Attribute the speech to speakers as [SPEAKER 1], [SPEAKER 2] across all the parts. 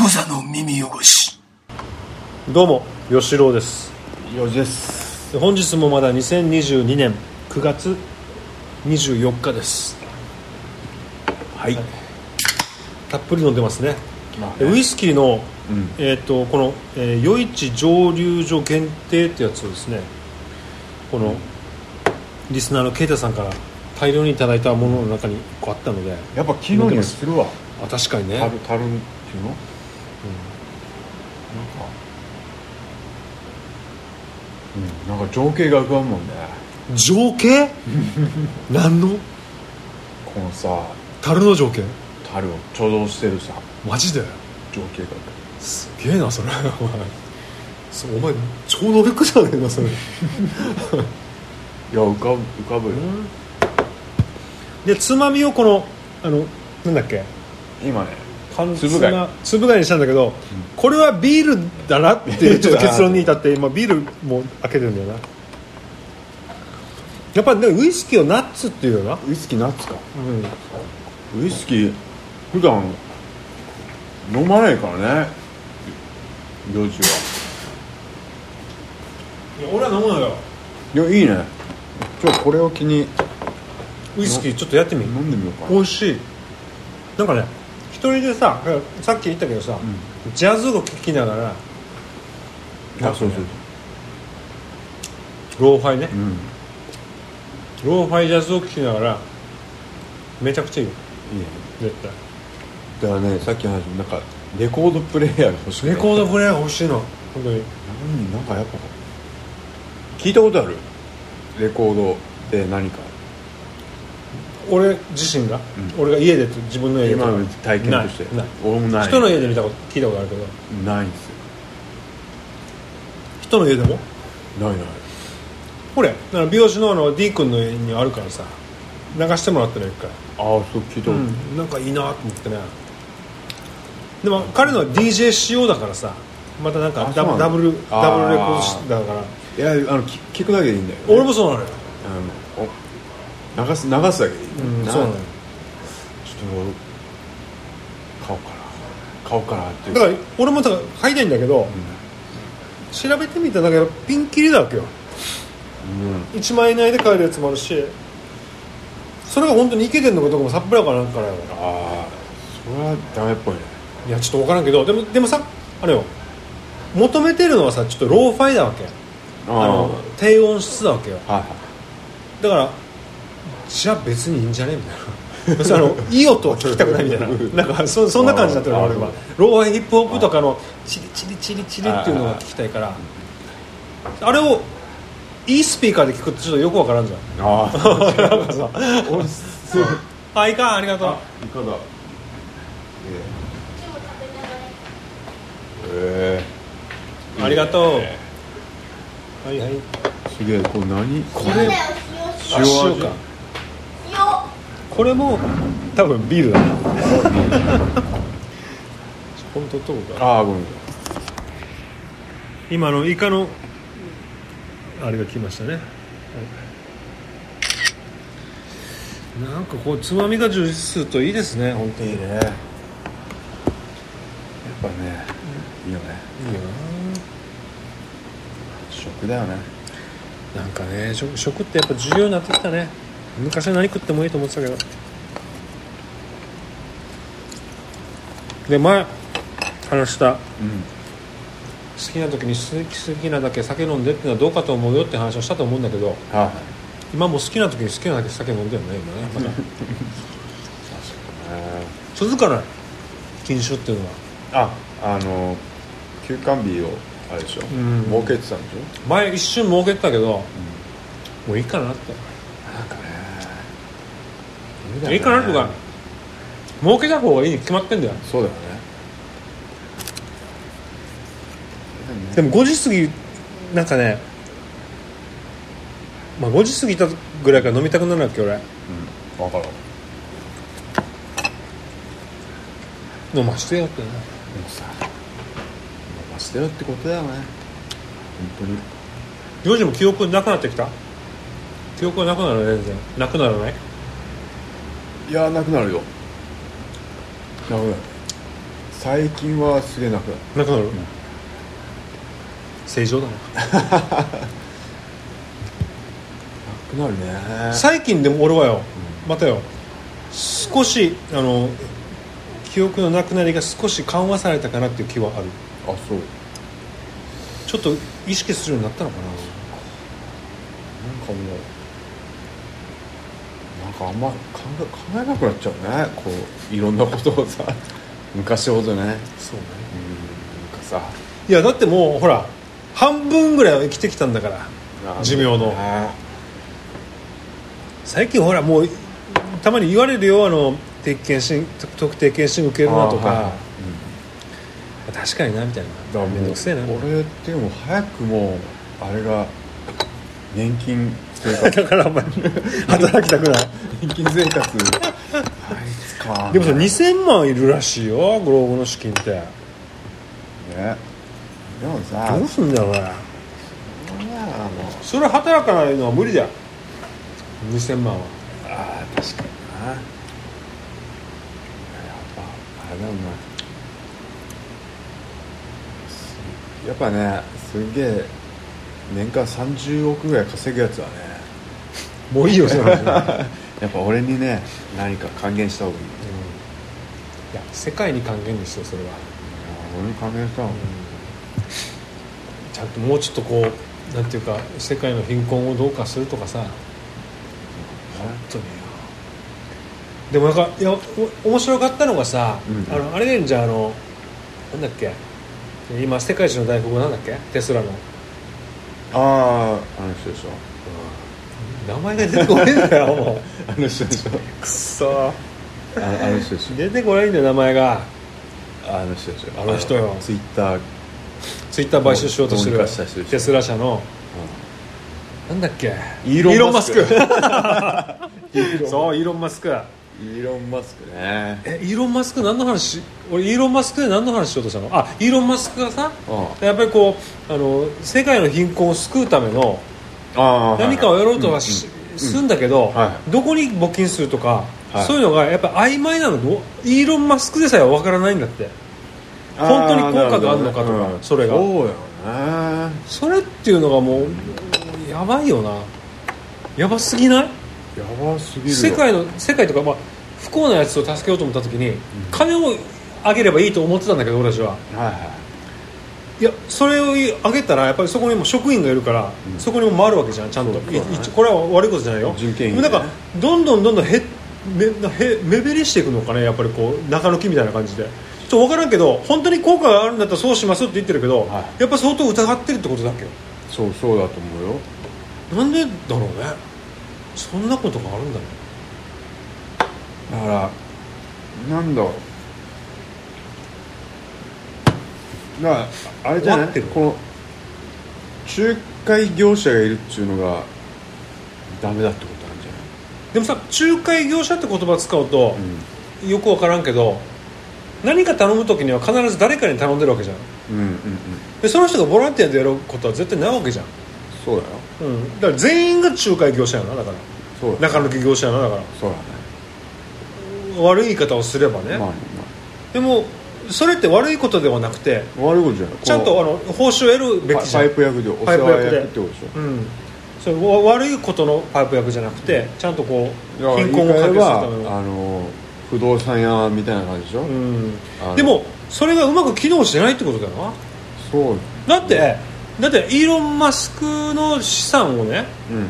[SPEAKER 1] 無座の耳汚し
[SPEAKER 2] どうも吉郎です
[SPEAKER 3] 4時です
[SPEAKER 2] 本日もまだ2022年9月24日です
[SPEAKER 3] はい、
[SPEAKER 2] たっぷり飲んでますね
[SPEAKER 3] まあ
[SPEAKER 2] ウイスキーの、
[SPEAKER 3] うん
[SPEAKER 2] えー、とこの「えー余市蒸留所限定」ってやつをですねこのリスナーの啓太さんから大量にいただいたものの中に1個あったので
[SPEAKER 3] やっぱ木の匂いするわ
[SPEAKER 2] あ確かにね
[SPEAKER 3] タルタルっていうの、なんかうんなんか情景が浮かぶもんね
[SPEAKER 2] 情 景何の
[SPEAKER 3] このさ
[SPEAKER 2] 樽の情景
[SPEAKER 3] 樽を貯蔵してるさ
[SPEAKER 2] マジで
[SPEAKER 3] 情景が
[SPEAKER 2] すげえなそれお前そうお前超能力じゃねえなそれ
[SPEAKER 3] いや浮かぶ浮かぶよ、
[SPEAKER 2] でつまみをこのあのなんだっけ
[SPEAKER 3] 今ね
[SPEAKER 2] 缶
[SPEAKER 3] 粒貝
[SPEAKER 2] つま粒貝にしたんだけど、これはビールだな ってちょっと結論に至って今ビールも開けてるんだよなやっぱりねウイスキーをナッツっていうよな、
[SPEAKER 3] ウイスキーナッツか
[SPEAKER 2] うん、
[SPEAKER 3] ウイスキー普段飲まないからね4時は
[SPEAKER 2] 俺は飲むのよ
[SPEAKER 3] いやいいね今日これを気に
[SPEAKER 2] ウイスキーちょっとやってみ
[SPEAKER 3] 飲んでみようかな
[SPEAKER 2] 美味しいなんかね一人でささっき言ったけどさ、ジャズを聴きながら
[SPEAKER 3] あそうそう
[SPEAKER 2] ローファイね
[SPEAKER 3] うん
[SPEAKER 2] ローファイジャズを聴きながらめちゃくちゃいいよ
[SPEAKER 3] いいね
[SPEAKER 2] 絶対
[SPEAKER 3] だからねさっき話したなんかレコードプレイヤーが欲しくて
[SPEAKER 2] レコードプレイヤーが欲しいの本当に
[SPEAKER 3] うんなんかやっぱ聞いたことあるレコードで何か
[SPEAKER 2] 俺自身が、
[SPEAKER 3] う
[SPEAKER 2] 俺が家でと自分の家でと
[SPEAKER 3] 今
[SPEAKER 2] か
[SPEAKER 3] の体験として
[SPEAKER 2] ない
[SPEAKER 3] 俺もな
[SPEAKER 2] ないい人の家で見たこと聞いたことあるけど
[SPEAKER 3] ないんですよ
[SPEAKER 2] 人の家でも
[SPEAKER 3] ないない
[SPEAKER 2] これあの美容師のあの D 君の家にあるからさ流してもらったの一回、
[SPEAKER 3] ああそう聞いたことある、
[SPEAKER 2] うんなんかいいなと思ってねでも彼のは DJ 仕様だからさまたなんか
[SPEAKER 3] あ
[SPEAKER 2] ダ
[SPEAKER 3] そうな
[SPEAKER 2] ブダ
[SPEAKER 3] の
[SPEAKER 2] ブル
[SPEAKER 3] あー
[SPEAKER 2] ダブルレコードだから
[SPEAKER 3] いやあの聞聞くだけでいいんだよ、
[SPEAKER 2] 俺もそうなのよ、
[SPEAKER 3] あのお流す流すだけでいい
[SPEAKER 2] うん、
[SPEAKER 3] んだ
[SPEAKER 2] そう
[SPEAKER 3] よ、
[SPEAKER 2] な
[SPEAKER 3] な
[SPEAKER 2] のよ
[SPEAKER 3] ちょっと買おうかな買おうかなっていう
[SPEAKER 2] だから俺もだから買いたいんだけど、調べてみたんだけどピンキリだわけよ
[SPEAKER 3] うん
[SPEAKER 2] 1万円以内で買えるやつもあるしそれが本当にいけてんのかどうかもさっぱりわからんからよ
[SPEAKER 3] ああそれはダメっぽいね
[SPEAKER 2] いやちょっとわからんけどでもでもさあれよ求めてるのはさちょっとローファイなわけ
[SPEAKER 3] あ
[SPEAKER 2] あ
[SPEAKER 3] あ
[SPEAKER 2] の低音質なわけよ
[SPEAKER 3] はいはい
[SPEAKER 2] だからじゃあ別にいいんじゃねみたいな そのいい音は聞きたくないみたいななんかそそんな感じになってるの
[SPEAKER 3] あー
[SPEAKER 2] 俺はローファイヒップホップとかのチリチリチリチリっていうのが聞きたいからあれをいいスピーカーで聞くってちょっとよくわからんじゃん
[SPEAKER 3] ああ
[SPEAKER 2] なんかさ
[SPEAKER 3] おいしそう
[SPEAKER 2] あいかんありがとう
[SPEAKER 3] いかだええ
[SPEAKER 2] ありがとうはいはい
[SPEAKER 3] とうすげえこれ何こ
[SPEAKER 2] れ
[SPEAKER 3] 塩
[SPEAKER 2] あ
[SPEAKER 3] 味
[SPEAKER 2] 塩かこれも多分ビールだな 本当とか
[SPEAKER 3] ああごめん
[SPEAKER 2] 今のイカのあれが来ましたね、なんかこうつまみが充実するといいですね本当に
[SPEAKER 3] いいねやっぱねいいよね
[SPEAKER 2] いいよ
[SPEAKER 3] 食だよね
[SPEAKER 2] ななんかね食食ってやっぱ重要になってきたね昔は何食ってもいいと思ってたけどで前話した
[SPEAKER 3] うん
[SPEAKER 2] 好きな時に好きなだけ酒飲んでってのはどうかと思うよって話をしたと思うんだけど
[SPEAKER 3] はい
[SPEAKER 2] 今もう好きな時に好きなだけ酒飲んでるね今ねまだ続かない禁酒っていうのは
[SPEAKER 3] ああの休館日をあれでしょ
[SPEAKER 2] ん
[SPEAKER 3] 儲けてたんでしょ
[SPEAKER 2] 前一瞬儲けてたけど、もういいかなっていいかなとか儲けた方がいいに決まってんだよ
[SPEAKER 3] そうだよね
[SPEAKER 2] でも5時過ぎなんかねまあ5時過ぎたぐらいから飲みたくなるわけ俺
[SPEAKER 3] うん分かる
[SPEAKER 2] 飲ましてよってね
[SPEAKER 3] でもさ飲ませてよってことだよね本当に
[SPEAKER 2] 4時も記憶なくなってきた記憶がなくなるね全然なくならない
[SPEAKER 3] いやなくなるよなくなる最近はすげえなくな
[SPEAKER 2] な
[SPEAKER 3] る
[SPEAKER 2] くなる、正常だな
[SPEAKER 3] なくなるね
[SPEAKER 2] 最近でも俺はよ、またよ少しあの記憶のなくなりが少し緩和されたかなっていう気はある
[SPEAKER 3] あそう
[SPEAKER 2] ちょっと意識するようになったのかな
[SPEAKER 3] なんかもうなんかあんま考え考えなくなっちゃうねこういろんなことをさ 昔ほど
[SPEAKER 2] そう
[SPEAKER 3] ね
[SPEAKER 2] ね
[SPEAKER 3] うんなんかさ
[SPEAKER 2] いやだってもうほら半分ぐらいは生きてきたんだから
[SPEAKER 3] あ
[SPEAKER 2] 寿命の
[SPEAKER 3] ね
[SPEAKER 2] 最近ほらもうたまに言われるよあの鉄拳し特定検診受けるなとか、
[SPEAKER 3] あ
[SPEAKER 2] 確かになみたい
[SPEAKER 3] ー
[SPEAKER 2] な
[SPEAKER 3] はいはい
[SPEAKER 2] 面
[SPEAKER 3] うんだからもう
[SPEAKER 2] 倒くせえな
[SPEAKER 3] 俺でも早くもうあれが年金生活
[SPEAKER 2] だからお前働きたくない
[SPEAKER 3] 年金生 活あいつか
[SPEAKER 2] でもさ
[SPEAKER 3] ね
[SPEAKER 2] 2000万いるらしいよグローブの資金って
[SPEAKER 3] でもさ
[SPEAKER 2] どうすんだよ俺
[SPEAKER 3] そんなのあの
[SPEAKER 2] それ働かないのは無理だよ2000万は
[SPEAKER 3] ああ確かになやっぱあれだもんなすやっぱねすげえ年間30億ぐらい稼ぐやつはね
[SPEAKER 2] も ういいよその話うんい
[SPEAKER 3] やっぱ俺にね何か還元した方がいい
[SPEAKER 2] や世界に還元にしようそれは、
[SPEAKER 3] 俺に還元した方がいい
[SPEAKER 2] ちゃんともうちょっとこうなんていうか世界の貧困をどうかするとかさ本当によでもなんかいやお面白かったのがさ、
[SPEAKER 3] うん
[SPEAKER 2] あのあれねじゃああのなんだっけ今世界一の大富豪なんだっけテスラの
[SPEAKER 3] あああの人でしょ
[SPEAKER 2] 名前が出てこないんだよもう
[SPEAKER 3] あの人でしょ
[SPEAKER 2] くっそ
[SPEAKER 3] ああの人でし
[SPEAKER 2] 出てこないんだよ名前が
[SPEAKER 3] ょあの人でしょ
[SPEAKER 2] あの人よ
[SPEAKER 3] ツイッター
[SPEAKER 2] ツイッター買収しようとして
[SPEAKER 3] どう
[SPEAKER 2] る
[SPEAKER 3] にかした人でしょ
[SPEAKER 2] テスラ社のなんだっけ
[SPEAKER 3] イーロンマスク
[SPEAKER 2] イーロンマ
[SPEAKER 3] イー
[SPEAKER 2] スクそうイーロン・マスク
[SPEAKER 3] イーロン・マスクね
[SPEAKER 2] えイーロン・マスク何の話俺イーロン・マスクで何の話しようとしたのあイーロン・マスクがさ
[SPEAKER 3] あ
[SPEAKER 2] やっぱりこうあの世界の貧困を救うための
[SPEAKER 3] あー
[SPEAKER 2] 何かをやろうとはし、するんだけど、
[SPEAKER 3] は
[SPEAKER 2] どこに募金するとか、
[SPEAKER 3] はい
[SPEAKER 2] そういうのがやっぱ曖昧なのどイーロン・マスクでさえ分からないんだって本当に効果があるのかとか
[SPEAKER 3] なほどね
[SPEAKER 2] それが
[SPEAKER 3] そうよね
[SPEAKER 2] それっていうのがもうやばいよなやばすぎない
[SPEAKER 3] やばすぎるよ
[SPEAKER 2] 世界の世界とか、まあ、不幸なやつを助けようと思った時に、金をあげればいいと思ってたんだけど俺たちは
[SPEAKER 3] はいは
[SPEAKER 2] い
[SPEAKER 3] い
[SPEAKER 2] やそれをあげたらやっぱりそこにも職員がいるから、
[SPEAKER 3] うん
[SPEAKER 2] そこにも回るわけじゃんちゃんと、
[SPEAKER 3] そうだね
[SPEAKER 2] いいこれは悪いことじゃないよ
[SPEAKER 3] 人件費ね
[SPEAKER 2] でもなんかどんどんどんどんへめへ目減りしていくのかねやっぱりこう中抜きみたいな感じでちょっと分からんけど本当に効果があるんだったらそうしますって言ってるけど、
[SPEAKER 3] は
[SPEAKER 2] やっぱ相当疑ってるってことだっけよ
[SPEAKER 3] そうそうだと思う
[SPEAKER 2] な
[SPEAKER 3] よ
[SPEAKER 2] んでだろうねそんなことがあるんだね
[SPEAKER 3] だからなんだろうだからあれじゃ
[SPEAKER 2] 終わ
[SPEAKER 3] な
[SPEAKER 2] っ
[SPEAKER 3] い
[SPEAKER 2] てる
[SPEAKER 3] この仲介業者がいるっちゅうのがダメだってことなんじ
[SPEAKER 2] でもさ仲介業者って言葉使うと
[SPEAKER 3] ゃない、
[SPEAKER 2] よく分からんけど何か頼む時には必ず誰かに頼んでるわけじゃん
[SPEAKER 3] うん、うんうんうん
[SPEAKER 2] でその人がボランティアでやることは絶対ないわけじゃん、
[SPEAKER 3] そうだよ
[SPEAKER 2] うん、だから全員が仲介業者やなだから
[SPEAKER 3] そうだよ
[SPEAKER 2] 中抜き業者やなだか
[SPEAKER 3] そうだね
[SPEAKER 2] ら悪い言い方をすればね、
[SPEAKER 3] まあ、ま
[SPEAKER 2] でもそれって悪いことではなくて
[SPEAKER 3] あ、悪いことじゃない
[SPEAKER 2] ちゃんとあの報酬を得るべ
[SPEAKER 3] パ
[SPEAKER 2] きじゃ
[SPEAKER 3] パイ
[SPEAKER 2] ん、
[SPEAKER 3] プ役でお世
[SPEAKER 2] パイプ
[SPEAKER 3] 話
[SPEAKER 2] 役で
[SPEAKER 3] 役ってことでしょ
[SPEAKER 2] うん、それわ悪いことのパイプ役じゃなくてちゃんとこう
[SPEAKER 3] だから
[SPEAKER 2] 貧困
[SPEAKER 3] 言い
[SPEAKER 2] を
[SPEAKER 3] 換え
[SPEAKER 2] 解決
[SPEAKER 3] れ
[SPEAKER 2] するため
[SPEAKER 3] ば
[SPEAKER 2] の、
[SPEAKER 3] あの不動産屋みたいな感じでしょ、
[SPEAKER 2] うん
[SPEAKER 3] あの
[SPEAKER 2] でもそれがうまく機能してないってことだよな
[SPEAKER 3] そう
[SPEAKER 2] だってだってイーロン・マスクの資産をね
[SPEAKER 3] うん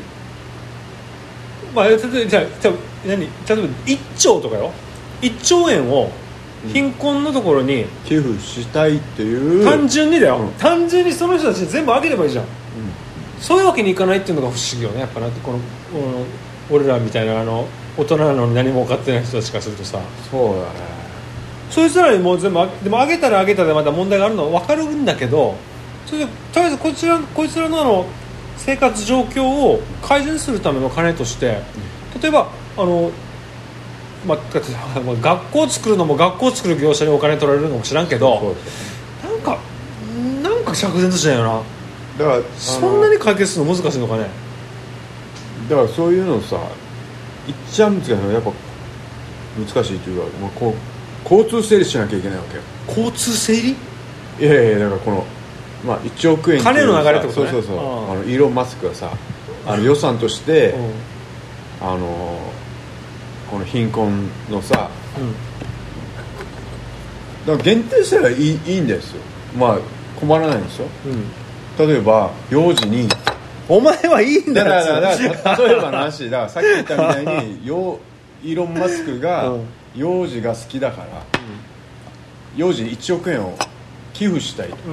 [SPEAKER 2] まあ、例えばじゃあじゃあ何例えば1兆とかよ1兆円を貧困のところに、
[SPEAKER 3] 寄付したいっていう
[SPEAKER 2] 単純にだよ、
[SPEAKER 3] うん
[SPEAKER 2] 単純にその人たちに全部あげればいいじゃん
[SPEAKER 3] うん
[SPEAKER 2] そういうわけにいかないっていうのが不思議よねやっぱなこのこの俺らみたいなあの大人なのに何も分かってない人たちからするとさ
[SPEAKER 3] そうだね
[SPEAKER 2] そいつらにもう全部あでもあげたらあげたでまた問題があるのは分かるんだけどそれでとりあえずこちらこいつらのあの生活状況を改善するための金として例えばあの、まあ、だってあまあ学校を作るのも学校を作る業者にお金取られるのも知らんけ
[SPEAKER 3] そ
[SPEAKER 2] ど
[SPEAKER 3] うです
[SPEAKER 2] なんかなんか釈然としないよな
[SPEAKER 3] だからあの
[SPEAKER 2] そんなに解決するの難しいのかね
[SPEAKER 3] だからそういうのさ一番難しいのはやっぱ難しいというか、まあ、こう交通整理しなきゃいけないわけよ
[SPEAKER 2] 交通整理
[SPEAKER 3] いやいやだからこの、まあ、1億円
[SPEAKER 2] 金の流れってことね
[SPEAKER 3] ねそうそうそう
[SPEAKER 2] うん
[SPEAKER 3] あのイーロン・マスクがさあの予算として、
[SPEAKER 2] うん、うん
[SPEAKER 3] あのこの貧困のさだから限定したらいいいいんですよまあ困らないんですよ
[SPEAKER 2] うん、
[SPEAKER 3] 例えば幼児に
[SPEAKER 2] お前はいいんだ
[SPEAKER 3] だ
[SPEAKER 2] よ
[SPEAKER 3] からだからだから例えばの話だからさっき言ったみたいにようイーロン・マスクが
[SPEAKER 2] うん
[SPEAKER 3] 幼児が好きだから、幼児に1億円を寄付したいと
[SPEAKER 2] う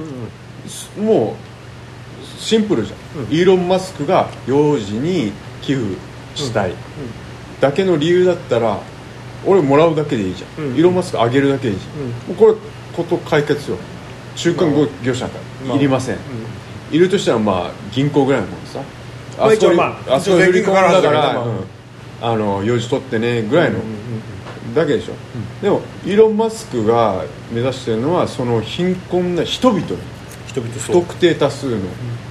[SPEAKER 2] んうん
[SPEAKER 3] もうシンプルじゃん、
[SPEAKER 2] うん
[SPEAKER 3] イーロン・マスクが幼児に寄付したい、だけの理由だったら俺もらうだけでいいじゃん、
[SPEAKER 2] うん
[SPEAKER 3] イーロン・マスクあげるだけでいいじゃん、
[SPEAKER 2] うん
[SPEAKER 3] もうこれこと解決よ中間
[SPEAKER 2] まあ
[SPEAKER 3] 業者か
[SPEAKER 2] ま
[SPEAKER 3] ら
[SPEAKER 2] あ
[SPEAKER 3] いりません、いるとしたらまあ銀行ぐらいのもんさ
[SPEAKER 2] まあ
[SPEAKER 3] あそこに
[SPEAKER 2] 一応まあ
[SPEAKER 3] あそこに振り込んだ
[SPEAKER 2] 一応税金か
[SPEAKER 3] か
[SPEAKER 2] からず
[SPEAKER 3] ら、
[SPEAKER 2] だけど
[SPEAKER 3] う
[SPEAKER 2] ま
[SPEAKER 3] んあの用事取ってねぐらいの、
[SPEAKER 2] うんうん
[SPEAKER 3] だけでしょ、でもイーロン・マスクが目指してるのはその貧困な人々に
[SPEAKER 2] 人々
[SPEAKER 3] 不
[SPEAKER 2] そう
[SPEAKER 3] 特定多数の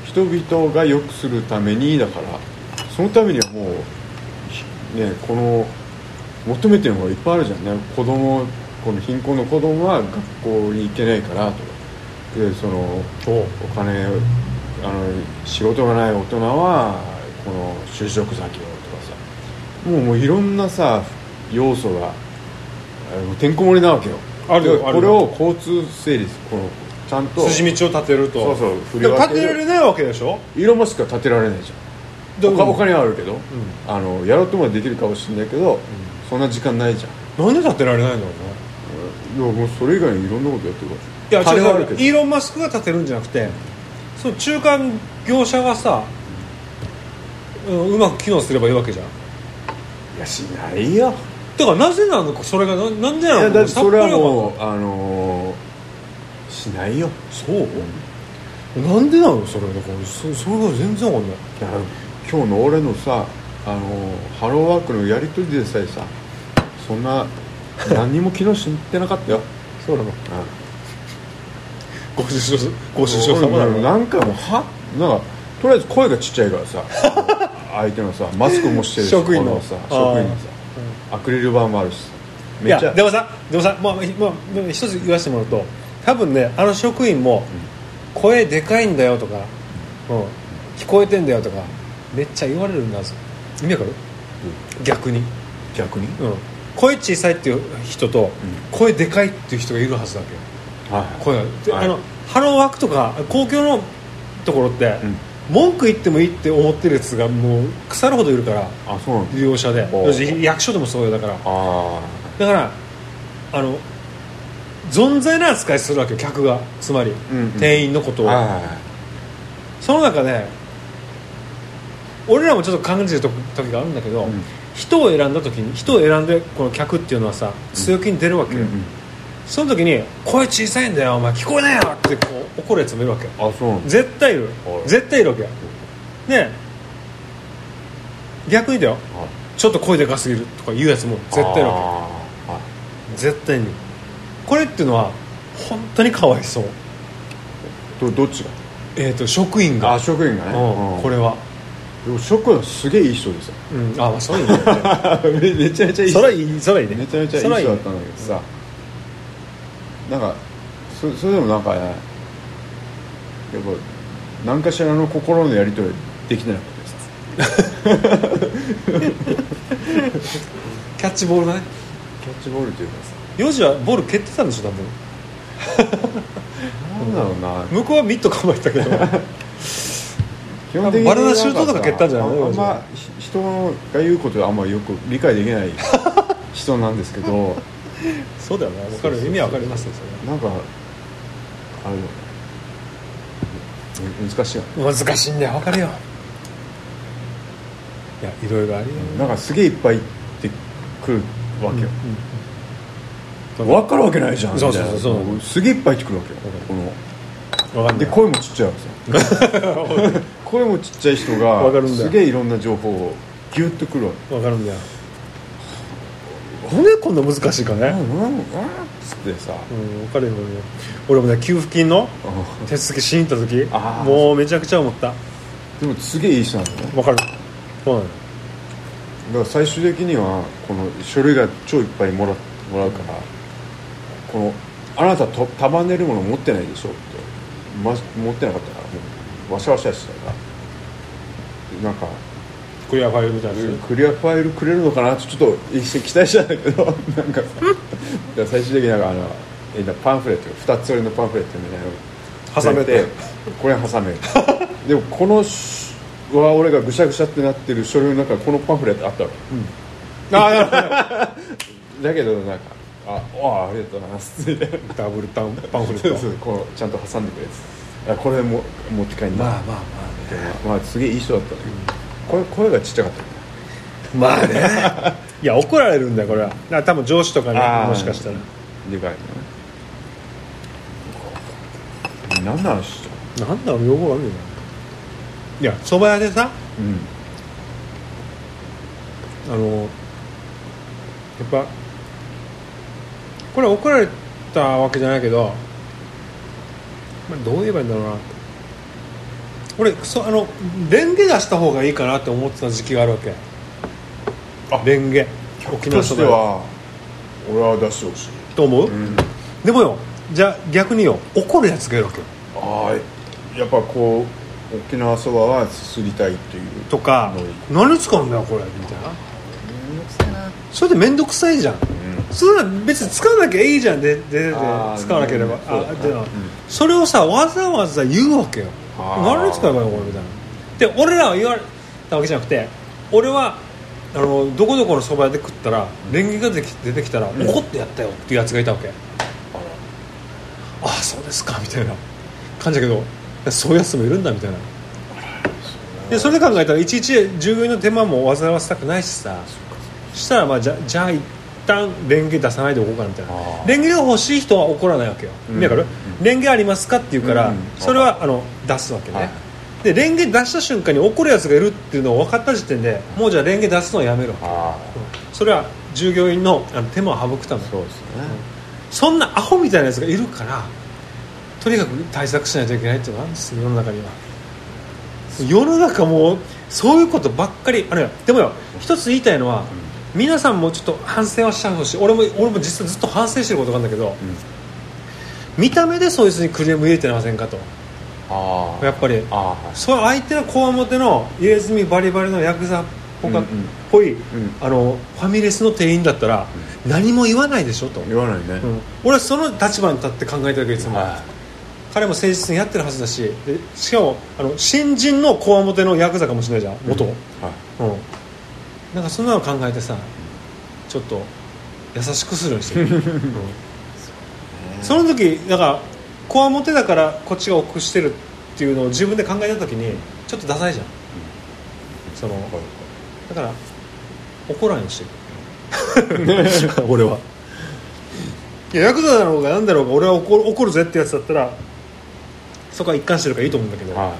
[SPEAKER 3] 人々が良くするためにだからそのためにはもうひねこの求めてるものがいっぱいあるじゃんね子供この貧困の子供は学校に行けないからとかでその
[SPEAKER 2] そう
[SPEAKER 3] お金あの仕事がない大人はこの就職先をとかさもうもういろんなさ要素があのてんこ盛りなわけよ
[SPEAKER 2] あるよ
[SPEAKER 3] で
[SPEAKER 2] ある
[SPEAKER 3] これ
[SPEAKER 2] よ
[SPEAKER 3] を交通整理すこのちゃんと
[SPEAKER 2] 筋道を立てると
[SPEAKER 3] そうそう振り
[SPEAKER 2] でも
[SPEAKER 3] 分
[SPEAKER 2] 立
[SPEAKER 3] け
[SPEAKER 2] て
[SPEAKER 3] る
[SPEAKER 2] られないわけでしょ
[SPEAKER 3] イーロン・マスクは建てられないじゃんお金お金はあるけど、あのやろうともできるかもしれないけど、そんな時間ないじゃん
[SPEAKER 2] なんで立てられないんだろうね
[SPEAKER 3] いやもうそれ以外にいろんなことやってるか
[SPEAKER 2] いや
[SPEAKER 3] ら金
[SPEAKER 2] 違う
[SPEAKER 3] はあるけど
[SPEAKER 2] イーロン・マスクが立てるんじゃなくてその中間業者がさ、うん、うまく機能すればいいわけじゃん
[SPEAKER 3] いやしないよ
[SPEAKER 2] だからなぜなのかそれがななんで
[SPEAKER 3] い
[SPEAKER 2] なの
[SPEAKER 3] や
[SPEAKER 2] か
[SPEAKER 3] だってそれは
[SPEAKER 2] う
[SPEAKER 3] もうあのーしないよ
[SPEAKER 2] そうなんでなのそれだからそそれが全然わかんない
[SPEAKER 3] だから今日の俺のさあのーハローワークのやり取りでさえさそん な何にも機能してなかったよ
[SPEAKER 2] そうなのご愁傷ご
[SPEAKER 3] ご
[SPEAKER 2] 愁傷様なの
[SPEAKER 3] なんかもうはなんかとりあえず声がちっちゃいから さ相手のさマスクもしてるし
[SPEAKER 2] 職員の
[SPEAKER 3] こさ
[SPEAKER 2] あー
[SPEAKER 3] 職員のさアクリル板もあるしさ
[SPEAKER 2] い
[SPEAKER 3] めっち
[SPEAKER 2] や
[SPEAKER 3] ゃ
[SPEAKER 2] でもさでもさ、まあまあまあ、でも一つ言わせてもらうと多分ねあの職員も声でかいんだよとか、うん、聞こえてんだよとかめっちゃ言われるんだぞ意味わかる、逆に、
[SPEAKER 3] 逆に
[SPEAKER 2] うん、声小さいっていう人と、声でかいっていう人がいるはずだけど
[SPEAKER 3] はい
[SPEAKER 2] 声がで
[SPEAKER 3] はい
[SPEAKER 2] あのハローワークとか公共のところって、
[SPEAKER 3] うん
[SPEAKER 2] 文句言ってもいいって思ってるやつがもう腐るほどいるから
[SPEAKER 3] あそうなんだ
[SPEAKER 2] 利用者で
[SPEAKER 3] おう
[SPEAKER 2] 要するに役所でもそうよだから
[SPEAKER 3] あ
[SPEAKER 2] だからあの存在な扱いするわけよ客がつまり、
[SPEAKER 3] うんうん
[SPEAKER 2] 店員のこと
[SPEAKER 3] あ
[SPEAKER 2] を
[SPEAKER 3] あ
[SPEAKER 2] その中で俺らもちょっと感じると時があるんだけど、
[SPEAKER 3] うん
[SPEAKER 2] 人を選んだ時に人を選んでこの客っていうのはさ強気に出るわけ
[SPEAKER 3] うん
[SPEAKER 2] よ、
[SPEAKER 3] うん
[SPEAKER 2] その時に「声小さいんだよお前聞こえないよ!」ってこう怒るやつもいるわけよ
[SPEAKER 3] あそうなんだ
[SPEAKER 2] 絶対いる
[SPEAKER 3] おい
[SPEAKER 2] 絶対いるわけよね逆にだよ
[SPEAKER 3] はい
[SPEAKER 2] ちょっと声でかすぎるとか言うやつも絶対いるわけよ
[SPEAKER 3] あーはい
[SPEAKER 2] 絶対にこれっていうのは本当にかわいそう
[SPEAKER 3] どどっち
[SPEAKER 2] えっ、と職員
[SPEAKER 3] が
[SPEAKER 2] が
[SPEAKER 3] あ職員がね、
[SPEAKER 2] うんこれは
[SPEAKER 3] れでも職員はすげえいい人ですよ
[SPEAKER 2] うんあまあそういうの
[SPEAKER 3] めめちゃめちゃい い
[SPEAKER 2] それ
[SPEAKER 3] 人
[SPEAKER 2] はいいそれはいいね
[SPEAKER 3] めちゃめちゃいい
[SPEAKER 2] それ
[SPEAKER 3] 人
[SPEAKER 2] は
[SPEAKER 3] だったんだけどさなんかそそれでもなんかねやっぱ何かしらの心のやり取りはできてなかったです
[SPEAKER 2] キャッチボールだね
[SPEAKER 3] キャッチボールというかさ
[SPEAKER 2] 幼児はボール蹴ってたんでしょ多分
[SPEAKER 3] なんだろうな、
[SPEAKER 2] 向こうはミット構えてたけど
[SPEAKER 3] 基本的に
[SPEAKER 2] バナナシュートとか蹴ったんじゃない
[SPEAKER 3] あ
[SPEAKER 2] の
[SPEAKER 3] あんまひ人が言うことはあんまよく理解できない 人なんですけど
[SPEAKER 2] そうだよね分かる意味は分かりますよ
[SPEAKER 3] なんかあれだねむ難しいよ
[SPEAKER 2] そ
[SPEAKER 3] ね
[SPEAKER 2] れは難しいんだよ分かるよいやいろいろありよ
[SPEAKER 3] なんかすげえいっぱいってくるわけよ、
[SPEAKER 2] うん
[SPEAKER 3] 分かるわけないじゃん
[SPEAKER 2] そうそうそうそう
[SPEAKER 3] みたいなもすげえいっぱいってくるわけよこ
[SPEAKER 2] 分か
[SPEAKER 3] の
[SPEAKER 2] ん
[SPEAKER 3] で
[SPEAKER 2] ない
[SPEAKER 3] 声もちっちゃいわけさ声もちっちゃい人
[SPEAKER 2] わかるんだよ
[SPEAKER 3] がすげえいろんな情報をギュッとくるわ
[SPEAKER 2] 分かるんだよなんでこんな難しいかね、
[SPEAKER 3] けうんうんうんっつってさ
[SPEAKER 2] うん、分かるよ俺もね給付金の
[SPEAKER 3] あ
[SPEAKER 2] 手続きしに行った時
[SPEAKER 3] あー
[SPEAKER 2] もうめちゃくちゃ思った
[SPEAKER 3] でもすげえいい人なんだよね
[SPEAKER 2] 分かるそうなの
[SPEAKER 3] だから最終的にはこの書類が超いっぱいもらもらうからこのあなたと束ねるもの持ってないでしょって、ま、持ってなかったからもうわしゃわしゃしてたからなんか
[SPEAKER 2] クリアファイルみたいなや
[SPEAKER 3] クリアファイルくれるのかなってちょっと一瞬期待したんだけどなん かさじゃあ最終的になんかあのえーパンフレット2つ折りのパンフレットみたいなの
[SPEAKER 2] つ挟めて
[SPEAKER 3] これ挟めるでもこのしは俺がぐしゃぐしゃってなってる書類の中にこのパンフレットあったわけ
[SPEAKER 2] あ
[SPEAKER 3] だけどなんか「ああありがとうございます」って
[SPEAKER 2] あダブルタンパンフレッ
[SPEAKER 3] そう
[SPEAKER 2] ト
[SPEAKER 3] そうこうちゃんと挟んでくれてあこれも持って帰ん
[SPEAKER 2] ま
[SPEAKER 3] な、
[SPEAKER 2] あ
[SPEAKER 3] ま
[SPEAKER 2] まあ
[SPEAKER 3] あ、まあすげえいい人だったんだけど、声声がちっちゃかった
[SPEAKER 2] まあまあねいや怒られるんだよこれはだから多分上司とか
[SPEAKER 3] あー
[SPEAKER 2] にもしかしたら
[SPEAKER 3] でかいな何の話した
[SPEAKER 2] なんだろうよくわかんないないや蕎麦屋でさ
[SPEAKER 3] うん
[SPEAKER 2] あのやっぱこれは怒られたわけじゃないけど、まあ、どう言えばいいんだろうな俺そうあのレンゲ出した方がいいかなって思ってた時期があるわけレンゲ沖
[SPEAKER 3] と
[SPEAKER 2] 縄
[SPEAKER 3] し
[SPEAKER 2] そ
[SPEAKER 3] て
[SPEAKER 2] ば
[SPEAKER 3] は俺は出してほしい、
[SPEAKER 2] と思う、
[SPEAKER 3] うん、
[SPEAKER 2] でもよじゃあ逆によ怒るやつがいるわけよ
[SPEAKER 3] ああやっぱこう沖縄そばはすすりたいという
[SPEAKER 2] とか「何使うんだよこれ」みたいなそれで面倒くさいじゃん
[SPEAKER 3] うん
[SPEAKER 2] それは別に使わなきゃいいじゃんででで
[SPEAKER 3] あー
[SPEAKER 2] 使わなければ
[SPEAKER 3] そうだ
[SPEAKER 2] あ
[SPEAKER 3] な
[SPEAKER 2] で
[SPEAKER 3] うん
[SPEAKER 2] それをさわざわざ言うわけよ
[SPEAKER 3] あー
[SPEAKER 2] 何で使えばいいのこれみたいなで俺らは言われたわけじゃなくて俺はあのどこどこのそば屋で食ったらレンゲが出てき出てきたら
[SPEAKER 3] ん
[SPEAKER 2] 怒ってやったよっていうやつがいたわけ、ああそうですかみたいな感じだけどいやそういうやつもいるんだみたいなでそれ考えたらいちいち従業員の手間も煩わせたくないしさしたらまあじゃじゃあ一旦レンゲ出さないでおこうかなみたいな
[SPEAKER 3] あー
[SPEAKER 2] レンゲが欲しい人は怒らないわけよ、
[SPEAKER 3] うん
[SPEAKER 2] だから
[SPEAKER 3] うん
[SPEAKER 2] レンゲありますかって言うから、
[SPEAKER 3] うん
[SPEAKER 2] それはあの出すわけね、
[SPEAKER 3] はい
[SPEAKER 2] でレンゲ出した瞬間に怒るやつがいるっていうのを分かった時点でもうじゃあレンゲ出すのはやめろ
[SPEAKER 3] あ
[SPEAKER 2] それは従業員のあの手間を省くため
[SPEAKER 3] あそうですね、
[SPEAKER 2] そんなアホみたいなやつがいるからとにかく対策しないといけないっていうのがあるんですよ世の中には世の中もうそういうことばっかりあれよでもよ一つ言いたいのは、皆さんもちょっと反省はしてほしい俺も俺も実はずっと反省してることがあるんだけど
[SPEAKER 3] うん
[SPEAKER 2] 見た目でそいつにクレーム入れてませんかと
[SPEAKER 3] ああ
[SPEAKER 2] やっぱり
[SPEAKER 3] あ
[SPEAKER 2] そう相手のこわもての入れ墨バリバリのヤクザっぽか
[SPEAKER 3] うん
[SPEAKER 2] っ
[SPEAKER 3] うん
[SPEAKER 2] ぽい、
[SPEAKER 3] あうん
[SPEAKER 2] あのファミレスの店員だったら何も言わないでしょと、
[SPEAKER 3] 言わないね、
[SPEAKER 2] うん俺はその立場に立って考えてるわけいつも、
[SPEAKER 3] は
[SPEAKER 2] 彼も誠実にやってるはずだしでしかもあの新人のこわもてのヤクザかもしれないじゃん
[SPEAKER 3] い
[SPEAKER 2] 元、
[SPEAKER 3] う
[SPEAKER 2] うんん
[SPEAKER 3] はい
[SPEAKER 2] なんかそんなの考えてさちょっと優しくするようにして る、うんその時だからこわもてだからこっちが臆してるっていうのを自分で考えた時にちょっとダサいじゃん、そのだから怒らんようにしてる俺はいやヤクザだろうが何だろうが俺は怒る怒るぜってやつだったらそこは一貫してるからいいと思うんだけど、
[SPEAKER 3] は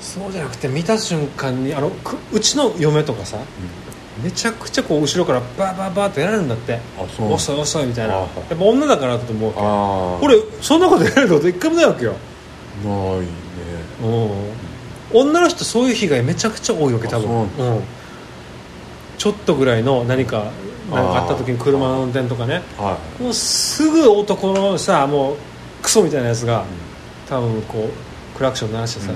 [SPEAKER 2] そうじゃなくて見た瞬間にあのくうちの嫁とかさ、めちゃくちゃこう後ろからバーバーバーってやられるんだって
[SPEAKER 3] いあそう
[SPEAKER 2] 遅い遅いみたいな
[SPEAKER 3] あ
[SPEAKER 2] や
[SPEAKER 3] は
[SPEAKER 2] っ
[SPEAKER 3] い
[SPEAKER 2] ぱ女だからだと思うわ
[SPEAKER 3] ああ
[SPEAKER 2] け俺そんなことやられること一回もないわけよ
[SPEAKER 3] ないね
[SPEAKER 2] うん女の人そういう被害めちゃくちゃ多いわけ多分
[SPEAKER 3] あそう
[SPEAKER 2] うん、ちょっとぐらいの何か何かあった時に車の運転とかね
[SPEAKER 3] は
[SPEAKER 2] もうすぐ男のさもうクソみたいなやつが、多分こうクラクション鳴らして
[SPEAKER 3] い、
[SPEAKER 2] さ、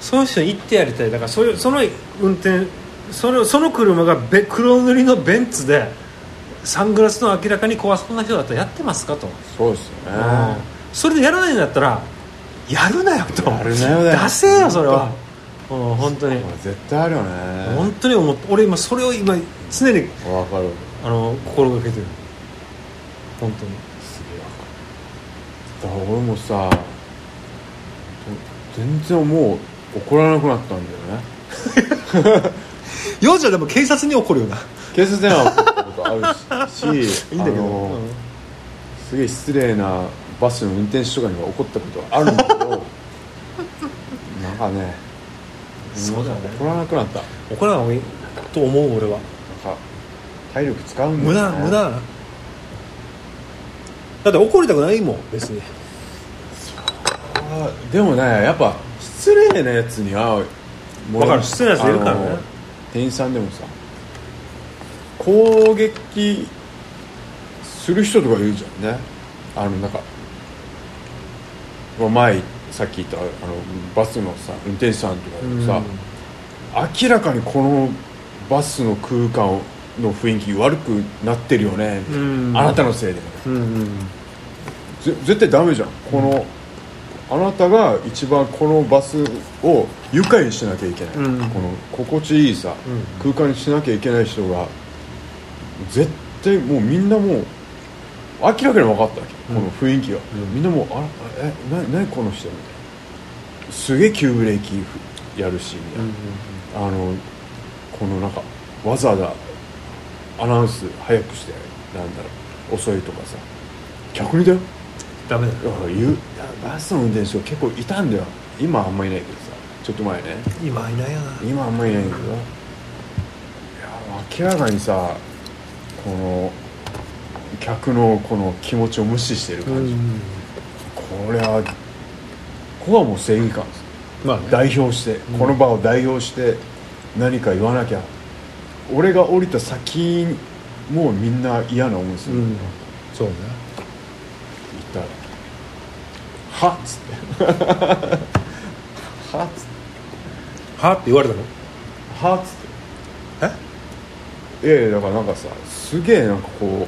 [SPEAKER 2] その人に行ってやりたいだからそれその運転そのその車がべ黒塗りのベンツでサングラスの明らかに怖そうな人だったらやってますかと、
[SPEAKER 3] そうですよね
[SPEAKER 2] それでやらないんだったらやるなよと
[SPEAKER 3] やるなよだよ
[SPEAKER 2] 出せよそれは、うん、本当に
[SPEAKER 3] これ絶対あるよね
[SPEAKER 2] 本当に思って俺今それを今常に
[SPEAKER 3] わかる
[SPEAKER 2] あの心がけてる本当に
[SPEAKER 3] すげえわかるだから俺もさ全然もう怒らなくなったんだよね
[SPEAKER 2] ヨウちゃんでも警察に怒るよな
[SPEAKER 3] 警察では僕あるし
[SPEAKER 2] いいんだけど、
[SPEAKER 3] あ
[SPEAKER 2] う
[SPEAKER 3] の
[SPEAKER 2] ん
[SPEAKER 3] すげえ失礼なバスの運転手とかには怒ったことはあるん だけどなんかね
[SPEAKER 2] そうだよね
[SPEAKER 3] 怒らなくなったなん
[SPEAKER 2] 怒らない方がいいと思う俺は
[SPEAKER 3] か体力使うん
[SPEAKER 2] 無
[SPEAKER 3] だよ、
[SPEAKER 2] 駄
[SPEAKER 3] ね、
[SPEAKER 2] 無駄だなだって怒りたくないもん別に
[SPEAKER 3] あーでもねやっぱ失礼なやつにはも
[SPEAKER 2] わかる失礼なやついるからね
[SPEAKER 3] あの店員さんでもさ攻撃する人とかいるじゃんねあのなんかまあ前さっき言ったあのバスのさ運転手さんとかでもさ、明らかにこのバスの空間の雰囲気悪くなってるよね、
[SPEAKER 2] うん
[SPEAKER 3] あなたのせいで
[SPEAKER 2] うんうん
[SPEAKER 3] ぜ絶対ダメじゃんこの、あなたが一番このバスを愉快にしなきゃいけない、
[SPEAKER 2] うん
[SPEAKER 3] この心地いいさ、空間にしなきゃいけない人が絶対もうみんなもう明らかに分かったわけ、
[SPEAKER 2] うん
[SPEAKER 3] この雰囲気が、
[SPEAKER 2] ん
[SPEAKER 3] みんなもう「あらえな何この人」みたいなすげえ急ブレーキふやるしみたいな。あのこのなんかわざわざアナウンス早くしてなんだろう遅いとかさ逆にだよ
[SPEAKER 2] ダメだ
[SPEAKER 3] だから言ういやバスの運転手が結構いたんだよ今あんまいないけどさちょっと前ね
[SPEAKER 2] 今いないよな
[SPEAKER 3] 今あんまいないけどいや明らかにさこの客のこの気持ちを無視してる
[SPEAKER 2] うんう
[SPEAKER 3] 感じ、
[SPEAKER 2] ん
[SPEAKER 3] これはここはもう正義感です
[SPEAKER 2] まあね
[SPEAKER 3] 代表して、
[SPEAKER 2] うん
[SPEAKER 3] この場を代表して何か言わなきゃ俺が降りた先もうみんな嫌な思いす
[SPEAKER 2] う
[SPEAKER 3] る、言っ
[SPEAKER 2] んそうね
[SPEAKER 3] たら「はっ」つって 「はっ」つって
[SPEAKER 2] はって言われたの
[SPEAKER 3] 「はっ」つってえいやいやだからなんかさすげえなんかこ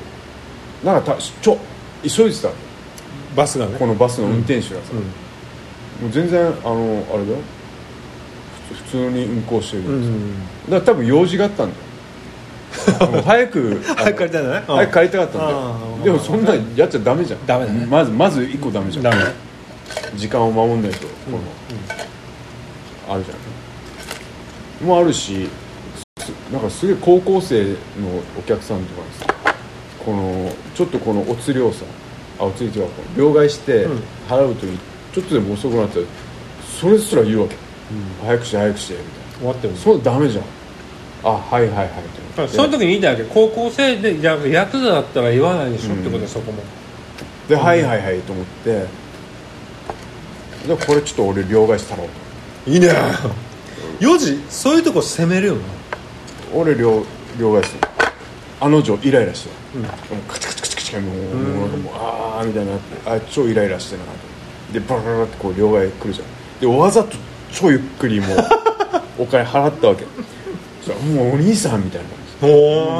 [SPEAKER 3] うなんかたちょ急いでたの
[SPEAKER 2] バスがね
[SPEAKER 3] このバスの運転手がさ、
[SPEAKER 2] うん
[SPEAKER 3] もう全然あのあれだよふつ普通に運行してる、
[SPEAKER 2] うんうん
[SPEAKER 3] だから多分用事があったん だよもう早くあの
[SPEAKER 2] 早く帰りたいんだね
[SPEAKER 3] 早く帰りたかったんだ
[SPEAKER 2] あ
[SPEAKER 3] よ
[SPEAKER 2] ー
[SPEAKER 3] でもそんなんやっちゃダメじゃん
[SPEAKER 2] ダメだね
[SPEAKER 3] まずまず一個ダメじゃん
[SPEAKER 2] ダメ
[SPEAKER 3] 時間を守んないとこの、あるじゃんもあるしすなんかすげえ高校生のお客さんとかにさこのちょっとこのお釣りをさあお釣り違うか両替して
[SPEAKER 2] うん
[SPEAKER 3] 払う時にちょっとでも遅くなったらそれすら言うわけ、早くして早くしてみたいな
[SPEAKER 2] 終わってる
[SPEAKER 3] そうダメじゃんあはいはいはいってなって
[SPEAKER 2] その時に言いたいわけ高校生でじゃあヤクザだったら言わないでしょってことでそこも
[SPEAKER 3] で、はいはいはいと思ってでこれちょっと俺両替したろう
[SPEAKER 2] いいね4時そういうとこ攻めるよな
[SPEAKER 3] と俺両両替するあの女イライラしてた、
[SPEAKER 2] うん
[SPEAKER 3] もうカチカチカチカチカもう,、もうなんかもうああみたいになってあ超イライラしてるなとでバラバラバラってこう両替来るじゃんでわざと超ゆっくりもうお金払ったわけそしたらもうお兄さんみたいな感じな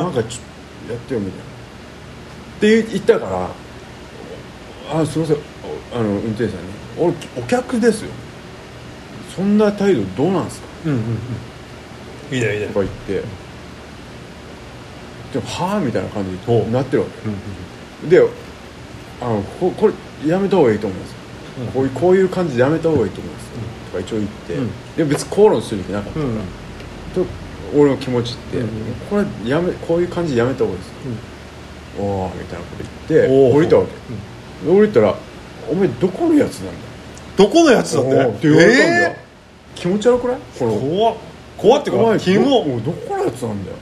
[SPEAKER 2] お
[SPEAKER 3] んかちょっとやってよみたいなって言ったから「あすいませんおあの運転手さんね俺お客ですよそんな態度どうなんですか?
[SPEAKER 2] うんうんうんいいねいいね」
[SPEAKER 3] とか言ってでも「はあ?」みたいな感じ
[SPEAKER 2] おう
[SPEAKER 3] になってるわ
[SPEAKER 2] うんうん
[SPEAKER 3] けであのここれやめた方がいいと思いますよ
[SPEAKER 2] うん
[SPEAKER 3] こういうこういう感じでやめた方がいいと思いますよとか一応言って、
[SPEAKER 2] うん
[SPEAKER 3] でも別に口論する気なかったから、
[SPEAKER 2] うんうん
[SPEAKER 3] と俺の気持ちって、
[SPEAKER 2] うん
[SPEAKER 3] これやめこういう感じでやめた方がいいですよおーみたいなこと言って
[SPEAKER 2] おー
[SPEAKER 3] 降りたわけ、降りたら「お前どこのやつなんだ?」
[SPEAKER 2] どこのやつだっ
[SPEAKER 3] お
[SPEAKER 2] て
[SPEAKER 3] ーって言われたんだよ、
[SPEAKER 2] え
[SPEAKER 3] 気持ち悪くないこ
[SPEAKER 2] ー
[SPEAKER 3] の
[SPEAKER 2] 怖っ怖って
[SPEAKER 3] お
[SPEAKER 2] か
[SPEAKER 3] 前
[SPEAKER 2] キ
[SPEAKER 3] ど
[SPEAKER 2] モ
[SPEAKER 3] おどこのやつなんだよ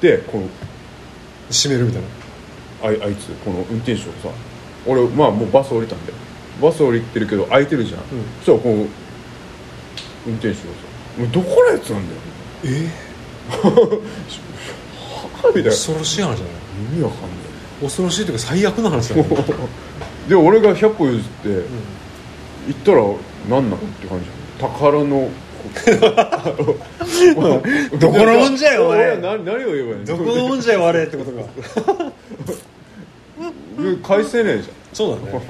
[SPEAKER 3] でこの
[SPEAKER 2] 締めるみたいな
[SPEAKER 3] あいあいつこの運転手をさ俺まあもうバス降りたんだよバス降りてるけど空いてるじゃん、
[SPEAKER 2] ん
[SPEAKER 3] そしたらこの運転手がさ「お前どこのやつなんだよ」
[SPEAKER 2] え
[SPEAKER 3] は みたいな
[SPEAKER 2] 恐ろしい話じゃない
[SPEAKER 3] 意味わかんない
[SPEAKER 2] 恐ろしいというか最悪な話 だよね
[SPEAKER 3] で俺が100歩譲って、行ったら何なのって感じ宝 の
[SPEAKER 2] どこのもんじゃよお前
[SPEAKER 3] 俺は何何を言えばいい
[SPEAKER 2] ど
[SPEAKER 3] の
[SPEAKER 2] このもんじゃよあれってことが
[SPEAKER 3] で返せねえじ
[SPEAKER 2] そうだね、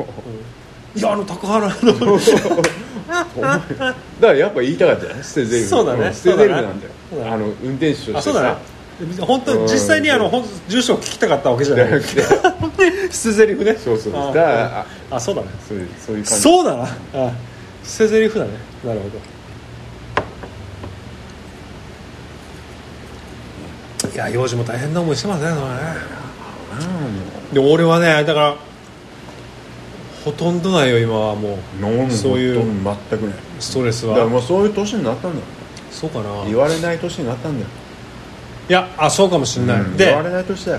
[SPEAKER 2] いやあの高原の
[SPEAKER 3] ゃんだからやっぱ言いたかったよね捨てゼリフ
[SPEAKER 2] そうだね
[SPEAKER 3] 捨てゼリフなんだよ
[SPEAKER 2] そうだね
[SPEAKER 3] あの運転手と
[SPEAKER 2] あ
[SPEAKER 3] し
[SPEAKER 2] そ
[SPEAKER 3] て
[SPEAKER 2] うだね
[SPEAKER 3] さ
[SPEAKER 2] 本当に実際にあの本当住所を聞きたかったわけじゃ
[SPEAKER 3] じゃ
[SPEAKER 2] な
[SPEAKER 3] ないくて
[SPEAKER 2] 捨てゼリフね
[SPEAKER 3] そうそう
[SPEAKER 2] あ
[SPEAKER 3] だからあ
[SPEAKER 2] あそうだね
[SPEAKER 3] そういうそういう感じ
[SPEAKER 2] そうだなあ捨てゼリフだねなるほどいや幼児も大変な思いしてますねそれねで俺はねだからほとんどないよ今はもう
[SPEAKER 3] 飲む
[SPEAKER 2] そういう
[SPEAKER 3] 本当に全くない
[SPEAKER 2] ストレス
[SPEAKER 3] だから
[SPEAKER 2] は
[SPEAKER 3] もうそういう年になったんだよ
[SPEAKER 2] そうかない
[SPEAKER 3] 言われない年になったんだよ、
[SPEAKER 2] やあそうかもしれない、
[SPEAKER 3] うん
[SPEAKER 2] で
[SPEAKER 3] 言われない年だよ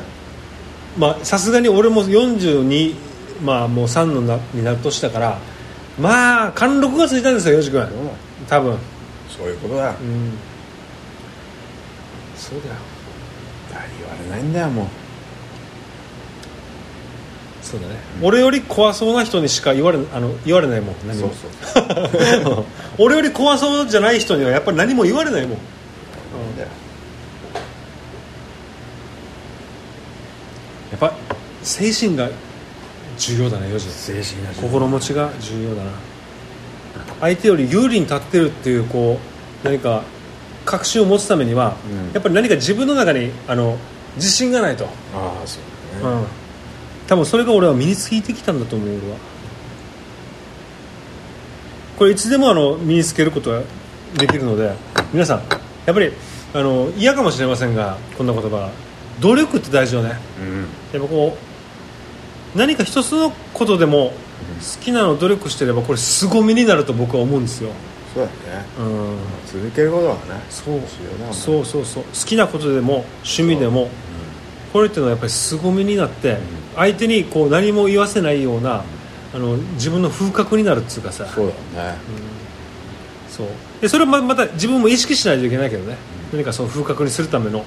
[SPEAKER 2] まあさすがに俺も42まあもう3のなになる年だからまあ貫禄がついたんですよよじ君
[SPEAKER 3] そうだよ
[SPEAKER 2] 多分
[SPEAKER 3] そういうことだ
[SPEAKER 2] う
[SPEAKER 3] よ
[SPEAKER 2] んそうだよ
[SPEAKER 3] だから言われないんだよもう
[SPEAKER 2] そうだね、俺より怖そうな人にしか言われあの言われないもん何
[SPEAKER 3] そう
[SPEAKER 2] も
[SPEAKER 3] そう
[SPEAKER 2] 俺より怖そうじゃない人にはやっぱり何も言われないもん
[SPEAKER 3] だよ
[SPEAKER 2] やっぱ精神が重要だね4時
[SPEAKER 3] 精神が
[SPEAKER 2] 心持ちが重要だな相手より有利に立ってるっていうこう何か確信を持つためには、
[SPEAKER 3] うん
[SPEAKER 2] やっぱり何か自分の中にあの自信がないと、
[SPEAKER 3] ああそう
[SPEAKER 2] う
[SPEAKER 3] だね、
[SPEAKER 2] ん、多分それが俺は身についてきたんだと思う俺はこれいつでもあの身につけることができるので皆さんやっぱりあの嫌かもしれませんがこんな言葉努力って大事よね
[SPEAKER 3] うん
[SPEAKER 2] やっぱこう何か一つのことでも好きなのを努力してればこれ凄みになると僕は思うんですよ、
[SPEAKER 3] そうだね
[SPEAKER 2] うん、
[SPEAKER 3] 続けることはね
[SPEAKER 2] そう
[SPEAKER 3] 重要だもんね
[SPEAKER 2] そうそうそう好きなことでも趣味でもこれっていうのはやっぱり凄みになって相手にこう何も言わせないようなあの自分の風格になるっていうかさ
[SPEAKER 3] そうだね
[SPEAKER 2] そうでそれをままた自分も意識しないといけないけどね何かその風格にするための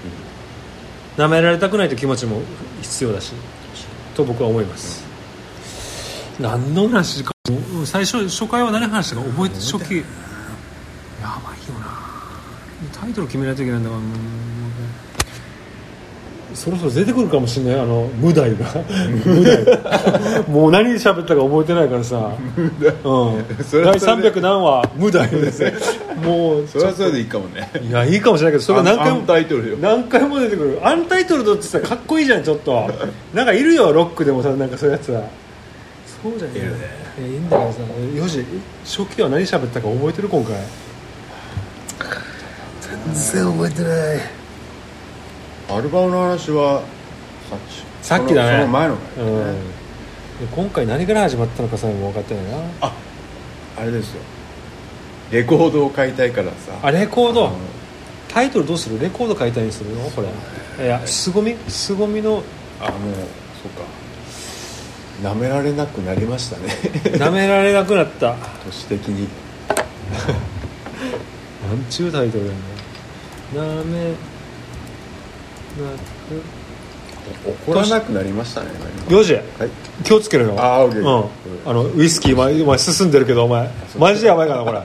[SPEAKER 2] 舐められたくないという気持ちも必要だしと僕は思います、何の話かもう最初初回は何話したか覚えて初期やばいよなタイトル決めないといけないんだからもうもうそろそろ出てくるかもしれないあの無題が無題 もう何喋ったか覚えてないからさ、うん、第
[SPEAKER 3] それはそれで
[SPEAKER 2] 300何話無題ですねもう
[SPEAKER 3] それはそれでいいかもね
[SPEAKER 2] いやいいかもしれないけどそれ何回
[SPEAKER 3] ア
[SPEAKER 2] も
[SPEAKER 3] ンタイトルよ
[SPEAKER 2] 何回も出てくるアンタイトルドってさかっこいいじゃんちょっとなんかいるよロックでもさなんかそういうやつはそうじゃんい
[SPEAKER 3] いるね
[SPEAKER 2] やいいんだけどさ4時初期は何喋ったか覚えてる今回全然覚えてない
[SPEAKER 3] アルバムの話はさっ
[SPEAKER 2] さ
[SPEAKER 3] き
[SPEAKER 2] っきだね
[SPEAKER 3] そのその前の回
[SPEAKER 2] うん
[SPEAKER 3] だ
[SPEAKER 2] で
[SPEAKER 3] ね、
[SPEAKER 2] 今回何から始まったのかさえも分かってないな
[SPEAKER 3] あれですよレコードを買いたいからさ
[SPEAKER 2] あレコー
[SPEAKER 3] う
[SPEAKER 2] ド
[SPEAKER 3] ん
[SPEAKER 2] タイトルどうするレコード解体にするのこれいや凄み凄みの
[SPEAKER 3] あもうそうかなめられなくなりましたね
[SPEAKER 2] 舐められなくなった
[SPEAKER 3] 年的に
[SPEAKER 2] なんちゅうタイトルやねなめな
[SPEAKER 3] 怒らなくなりましたね
[SPEAKER 2] く4時
[SPEAKER 3] はい
[SPEAKER 2] 気をつけるよ
[SPEAKER 3] あーオッケ
[SPEAKER 2] う
[SPEAKER 3] ー
[SPEAKER 2] ん、あのウイスキーお前お前進んでるけどお前
[SPEAKER 3] そう
[SPEAKER 2] マジでやばいからなこれ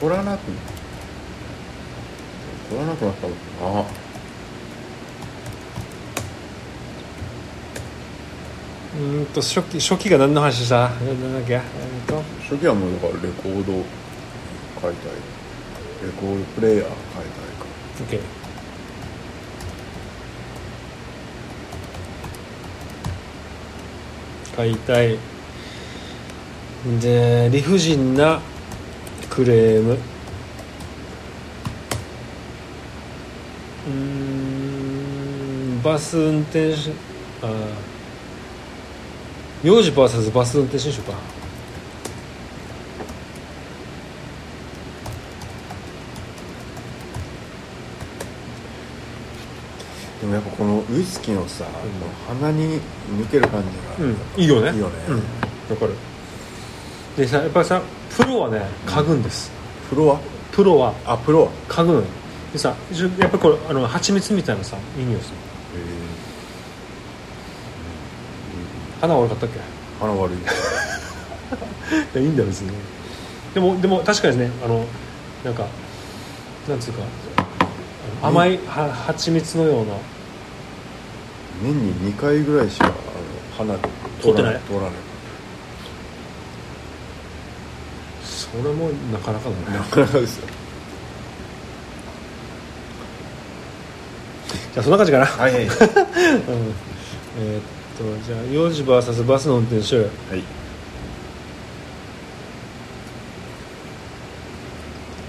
[SPEAKER 3] 怒らなくな怒らなくなったのかな
[SPEAKER 2] うーんと初期初期が何の話したななんだっけえーと
[SPEAKER 3] 初期はもうだからレコード買いたいレコードプレイヤー買いたいか
[SPEAKER 2] OK 解体で理不尽なクレームうーんバス運転手あー幼児 VS バス運転手にしようか
[SPEAKER 3] でもやっぱこのウイスキーのさ、鼻に抜ける感じが、
[SPEAKER 2] うんいいよね
[SPEAKER 3] いいよね、
[SPEAKER 2] うんわかるでさやっぱりさプロはね嗅ぐんです、
[SPEAKER 3] プロは
[SPEAKER 2] プロは
[SPEAKER 3] あプロは
[SPEAKER 2] 嗅ぐのよでさじゅやっぱりこれあの蜂蜜みたいなさいい匂いする鼻悪かったっけ
[SPEAKER 3] 鼻 悪い
[SPEAKER 2] いやいいんだよ別にでもでも確かにねあのなんかなんつうかあの甘いは蜂蜜のような
[SPEAKER 3] 年に2回ぐらいしかあの鼻
[SPEAKER 2] 通ってない
[SPEAKER 3] 通らない
[SPEAKER 2] それもなかなかだね
[SPEAKER 3] なかなかですよ
[SPEAKER 2] じゃあそんな感じかな
[SPEAKER 3] はいはいはい
[SPEAKER 2] うんえーっとじゃあ幼児 VS バスの運転手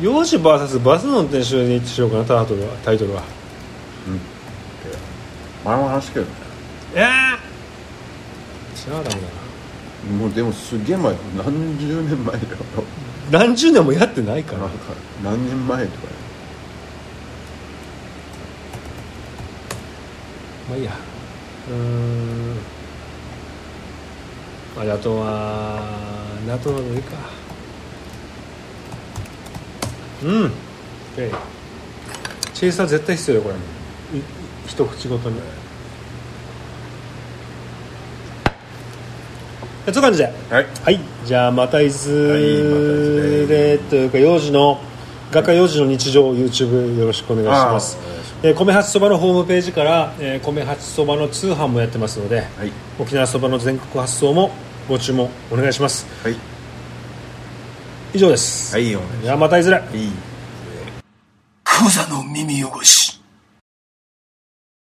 [SPEAKER 2] 幼児 VS バスの運転手にしようかなタイトルはタイトルは
[SPEAKER 3] うん前も話したけどね
[SPEAKER 2] ええ違うダメだ
[SPEAKER 3] もうでもすげえ前よ何十年前だよ
[SPEAKER 2] な何十年もやってないか
[SPEAKER 3] な
[SPEAKER 2] ら
[SPEAKER 3] んか何年前とかよ
[SPEAKER 2] まあいいやうーんあれあとはナトなどいいかうん OK チェイサー絶対必要よこれい一口ごとにそういう感じで
[SPEAKER 3] はい
[SPEAKER 2] はいじゃあまたいずれというか幼児の学科幼児の日常 YouTube よろしくお願いします
[SPEAKER 3] あーお願いし
[SPEAKER 2] えー米八そばのホームページから、えー米八そばの通販もやってますので
[SPEAKER 3] はい
[SPEAKER 2] 沖縄そばの全国発送もご注文お願いします
[SPEAKER 3] はい
[SPEAKER 2] 以上です、
[SPEAKER 3] はいお願いします
[SPEAKER 2] じゃあまたいずれ
[SPEAKER 3] いい
[SPEAKER 1] クザの耳汚し